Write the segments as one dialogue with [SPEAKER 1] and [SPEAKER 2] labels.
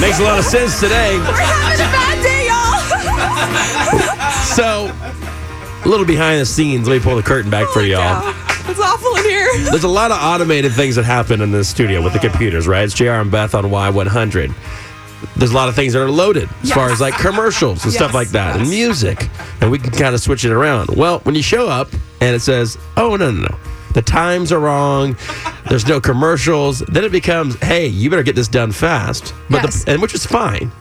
[SPEAKER 1] Makes a lot of sense today.
[SPEAKER 2] We're having a bad day, y'all.
[SPEAKER 1] So, a little behind the scenes. Let me pull the curtain back
[SPEAKER 2] Oh
[SPEAKER 1] for y'all.
[SPEAKER 2] it's awful in here.
[SPEAKER 1] There's a lot of automated things that happen in the studio with the computers, right? It's JR and Beth on Y100. There's a lot of things that are loaded as far as like commercials and stuff
[SPEAKER 2] Yes,
[SPEAKER 1] like that and music. And we can kind of switch it around. Well, when you show up and it says, oh, no, no, no, the times are wrong, there's no commercials, then it becomes, hey, you better get this done fast. But
[SPEAKER 2] Yes.
[SPEAKER 1] the, and which is fine.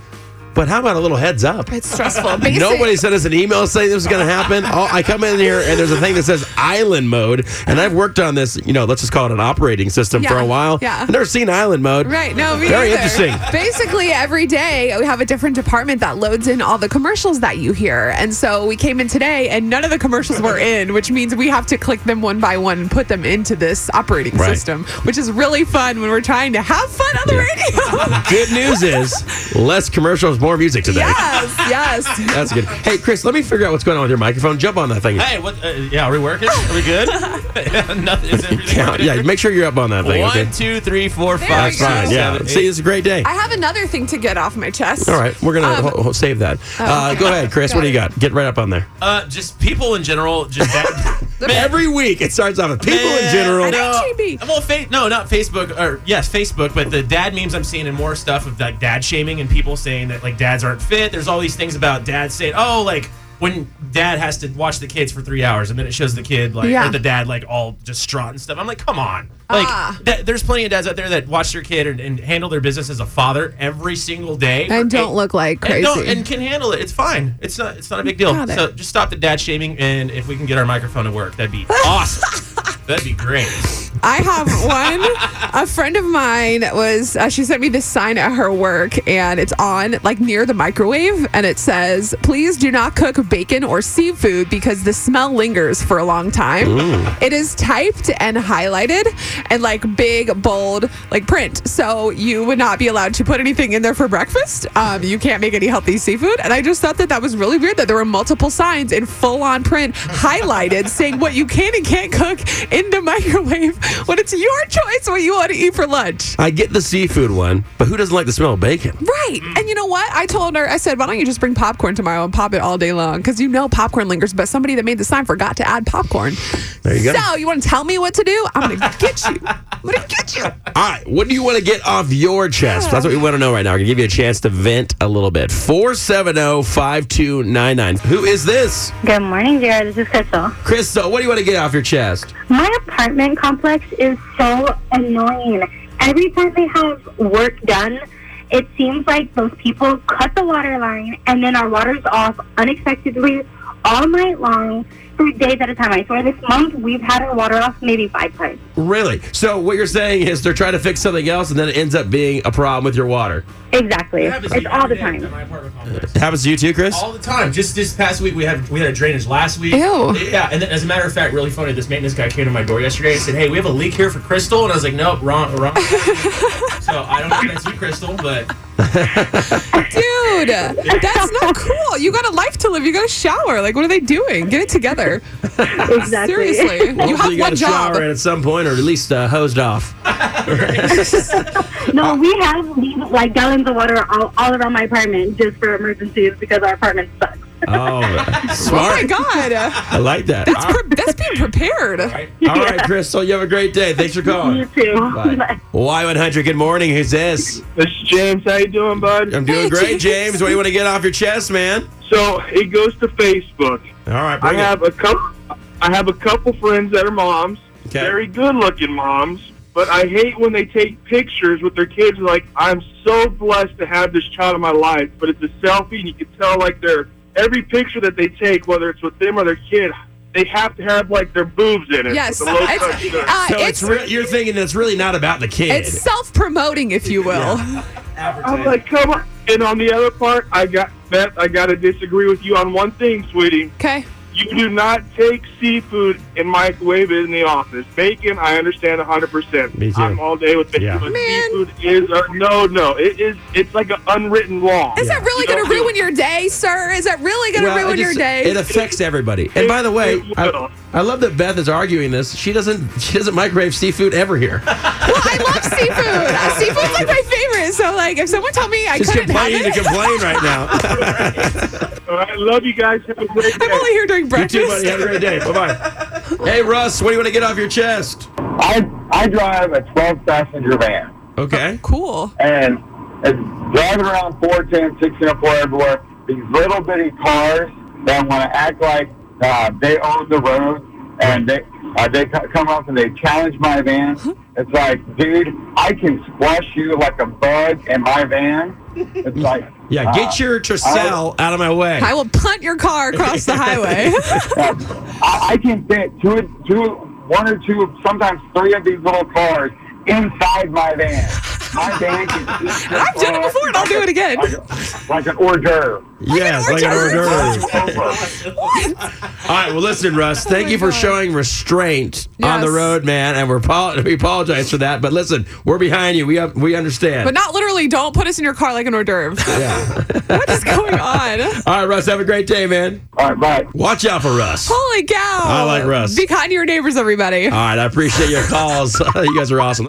[SPEAKER 1] But how about a little heads up?
[SPEAKER 2] It's stressful. Basic.
[SPEAKER 1] Nobody sent us an email saying this is going to happen. Oh, I come in here and there's a thing that says island mode, and I've worked on this. You know, let's just call it an operating system for
[SPEAKER 2] Yeah,
[SPEAKER 1] a while.
[SPEAKER 2] yeah.
[SPEAKER 1] I've never seen island mode.
[SPEAKER 2] Right. No, me
[SPEAKER 1] Very
[SPEAKER 2] neither.
[SPEAKER 1] interesting.
[SPEAKER 2] Basically, every day we have a different department that loads in all the commercials that you hear. And so we came in today and none of the commercials were in, which means we have to click them one by one and put them into this operating
[SPEAKER 1] Right.
[SPEAKER 2] system, which is really fun when we're trying to have fun on the radio.
[SPEAKER 1] Good news is less commercials, more music today.
[SPEAKER 2] yes. Yes.
[SPEAKER 1] That's good. Hey, Chris, let me figure out what's going on with your microphone. Jump on that thing.
[SPEAKER 3] Hey, what? Uh, yeah, are we working? Are we good? Nothing. Is everything
[SPEAKER 1] Count.
[SPEAKER 3] working?
[SPEAKER 1] Yeah, make sure you're up on that thing. okay?
[SPEAKER 3] One, two, three, four,
[SPEAKER 2] There
[SPEAKER 3] five,
[SPEAKER 2] we
[SPEAKER 1] That's
[SPEAKER 2] go.
[SPEAKER 3] six,
[SPEAKER 1] fine. Yeah.
[SPEAKER 3] seven,
[SPEAKER 1] See,
[SPEAKER 3] eight.
[SPEAKER 1] it's a great day.
[SPEAKER 2] I have another thing to get off my chest.
[SPEAKER 1] All right, we're gonna
[SPEAKER 2] Um,
[SPEAKER 1] ho- ho- save that. uh, go ahead, Chris.
[SPEAKER 2] got
[SPEAKER 1] What do you
[SPEAKER 2] it.
[SPEAKER 1] got? Get right up on there.
[SPEAKER 3] Uh, just people in general. Just that,
[SPEAKER 1] Every week it starts off with people in general.
[SPEAKER 2] I know. IGB.
[SPEAKER 3] Well, fa- no, not Facebook. Or yes, Facebook. But the dad memes I'm seeing and more stuff of like dad shaming and people saying that like dads aren't fit. There's all these things about dads saying, oh, like when dad has to watch the kids for three hours and then it shows the kid like
[SPEAKER 2] Yeah.
[SPEAKER 3] or the dad like all distraught and stuff. I'm like, come on. Like
[SPEAKER 2] Ah.
[SPEAKER 3] th- there's plenty of dads out there that watch their kid and, and handle their business as a father every single day
[SPEAKER 2] And don't
[SPEAKER 3] Hey,
[SPEAKER 2] look like
[SPEAKER 3] and
[SPEAKER 2] crazy.
[SPEAKER 3] don't- and can handle it. It's fine. It's not. It's not a big deal.
[SPEAKER 2] Got it.
[SPEAKER 3] So just stop the dad shaming, and if we can get our microphone to work, that'd be awesome. that'd be great.
[SPEAKER 2] I have one. a friend of mine was, uh, she sent me this sign at her work, and it's on like near the microwave, and it says, Please do not cook bacon or seafood because the smell lingers for a long time. It is typed and highlighted and like big, bold, like print. So you would not be allowed to put anything in there for breakfast. Um, you can't make any healthy seafood. And I just thought that that was really weird that there were multiple signs in full on print highlighted saying what you can and can't cook in the microwave when it's your choice what you want to eat for lunch.
[SPEAKER 1] I get the seafood one, but who doesn't like the smell of bacon?
[SPEAKER 2] Right.
[SPEAKER 1] Mm.
[SPEAKER 2] And you know what? I told her, I said, why don't you just bring popcorn tomorrow and pop it all day long? Because you know popcorn lingers, but somebody that made the sign forgot to add popcorn.
[SPEAKER 1] There you go.
[SPEAKER 2] So you want to tell me what to do? I'm going to get you. I'm going to get you.
[SPEAKER 1] All right, what do you want to get off your chest? That's what we want to know right now. We're going to give you a chance to vent a little bit. oh, 470 5299. Who is this?
[SPEAKER 4] Good morning, dear. This is Crystal.
[SPEAKER 1] Crystal, what do you want to get off your chest?
[SPEAKER 4] My apartment complex is so annoying. Every time they have work done, it seems like those people cut the water line and then our water's off unexpectedly all night long for days at a time. I swear this month we've had our water off maybe five times.
[SPEAKER 1] Really? So, what you're saying is they're trying to fix something else and then it ends up being a problem with your water.
[SPEAKER 4] Exactly.
[SPEAKER 3] That happens
[SPEAKER 4] It's
[SPEAKER 3] to me
[SPEAKER 4] all
[SPEAKER 3] every
[SPEAKER 4] the
[SPEAKER 3] day
[SPEAKER 4] time.
[SPEAKER 3] at my apartment complex.
[SPEAKER 1] It happens to you too, Chris?
[SPEAKER 3] All the time. Just this past week, we had we had a drainage last week.
[SPEAKER 2] Ew.
[SPEAKER 3] Yeah, and then, as a matter of fact, really funny. This maintenance guy came to my door yesterday and said, "Hey, we have a leak here for Crystal," and I was like, "Nope, wrong, wrong." so I don't know if that's you, Crystal, but
[SPEAKER 2] Dude, that's not cool. You got a life to live. You got a shower. Like, what are they doing? Get it together.
[SPEAKER 4] Exactly.
[SPEAKER 2] Seriously. You
[SPEAKER 1] Hopefully
[SPEAKER 2] have one
[SPEAKER 1] got a shower
[SPEAKER 2] job.
[SPEAKER 1] in at some point or at least uh, hosed off.
[SPEAKER 4] No, we have these, like gallons of water all, all around my apartment just for emergencies because our apartment sucks.
[SPEAKER 1] Oh,
[SPEAKER 2] Oh my
[SPEAKER 1] smart.
[SPEAKER 2] God.
[SPEAKER 1] I like that.
[SPEAKER 2] That's, pre- that's being prepared.
[SPEAKER 1] All right, Crystal, you have a great day. Thanks for
[SPEAKER 4] You
[SPEAKER 1] calling.
[SPEAKER 4] too.
[SPEAKER 1] Bye. Y100, good morning. Who's this?
[SPEAKER 5] This is James. How you doing, bud?
[SPEAKER 1] I'm doing
[SPEAKER 2] Hey,
[SPEAKER 1] great,
[SPEAKER 2] James.
[SPEAKER 1] James. What do you want to get off your chest, man?
[SPEAKER 5] So it goes to Facebook.
[SPEAKER 1] All right,
[SPEAKER 5] I
[SPEAKER 1] bring it.
[SPEAKER 5] have a couple. I have a couple friends that are moms,
[SPEAKER 1] Okay.
[SPEAKER 5] very good-looking moms. But I hate when they take pictures with their kids. Like I'm so blessed to have this child in my life, but it's a selfie, and you can tell like their every picture that they take, whether it's with them or their kid, they have to have like their boobs in it.
[SPEAKER 2] Yes.
[SPEAKER 5] with a low-cut
[SPEAKER 2] It's,
[SPEAKER 5] shirt.
[SPEAKER 2] uh,
[SPEAKER 1] So it's,
[SPEAKER 2] it's,
[SPEAKER 1] re- you're thinking that's really not about the kid.
[SPEAKER 2] it's self promoting, if you will.
[SPEAKER 4] Oh
[SPEAKER 5] I'm like, come on. And on the other part, I got Beth. I gotta disagree with you on one thing, sweetie.
[SPEAKER 2] Okay.
[SPEAKER 5] You do not take seafood and microwave it in the office. Bacon, I understand 100%.
[SPEAKER 1] Me too.
[SPEAKER 5] I'm all day with bacon,
[SPEAKER 1] Yeah.
[SPEAKER 5] but
[SPEAKER 2] Man.
[SPEAKER 5] seafood is a no, no. It is. It's like an unwritten law.
[SPEAKER 2] Is that really
[SPEAKER 5] You
[SPEAKER 2] going to
[SPEAKER 5] don't do
[SPEAKER 2] ruin
[SPEAKER 5] it.
[SPEAKER 2] your day, sir? Is that really going to
[SPEAKER 1] Well, it
[SPEAKER 2] ruin your
[SPEAKER 1] just-
[SPEAKER 2] day?
[SPEAKER 1] It affects everybody. And by the way,
[SPEAKER 5] It will.
[SPEAKER 1] I, I love that Beth is arguing this. She doesn't. She doesn't microwave seafood ever here.
[SPEAKER 2] well, I love seafood. Uh, seafood's like my favorite. So like, if someone told me I
[SPEAKER 1] Just
[SPEAKER 2] couldn't have
[SPEAKER 1] complaining to
[SPEAKER 2] it,
[SPEAKER 1] complain right now.
[SPEAKER 5] All right, love you guys. Have a great day.
[SPEAKER 2] I'm only here during
[SPEAKER 1] you too, buddy.
[SPEAKER 2] breakfast.
[SPEAKER 1] Have a great day. Bye bye. Hey, Russ, what do you want to get off your chest?
[SPEAKER 6] I I drive a 12 passenger van
[SPEAKER 1] Okay.
[SPEAKER 2] Uh, Cool.
[SPEAKER 6] and it's driving around 410, 604 everywhere. These little bitty cars that want to act like uh, they own the road and they uh, they co- come up and they challenge my van. It's like, dude, I can squash you like a bug in my van. It's like, uh,
[SPEAKER 1] Yeah, get your Tercel out of my way.
[SPEAKER 2] I will punt your car across the highway.
[SPEAKER 6] Uh, I, I can fit two, two, one or two, sometimes three of these little cars inside my van. My van can
[SPEAKER 2] I've done it before and I'll do it again.
[SPEAKER 6] Like, a- like an hors d'oeuvre.
[SPEAKER 1] yes, like an hors d'oeuvre.
[SPEAKER 6] Over.
[SPEAKER 1] All right, well, listen, Russ, thank
[SPEAKER 2] Oh my
[SPEAKER 1] you for
[SPEAKER 2] God.
[SPEAKER 1] showing restraint on
[SPEAKER 2] Yes.
[SPEAKER 1] the road, man, and we're apo- we apologize for that. But listen, we're behind you. We up we understand.
[SPEAKER 2] But not literally. Don't put us in your car like an hors d'oeuvre.
[SPEAKER 1] Yeah.
[SPEAKER 2] What is going on?
[SPEAKER 1] All right, Russ, have a great day, man.
[SPEAKER 6] All right, bye.
[SPEAKER 1] Watch out for Russ. All
[SPEAKER 2] Holy cow!
[SPEAKER 1] I like Russ.
[SPEAKER 2] Be kind to your neighbors, everybody.
[SPEAKER 1] right, I appreciate your calls. you guys are awesome.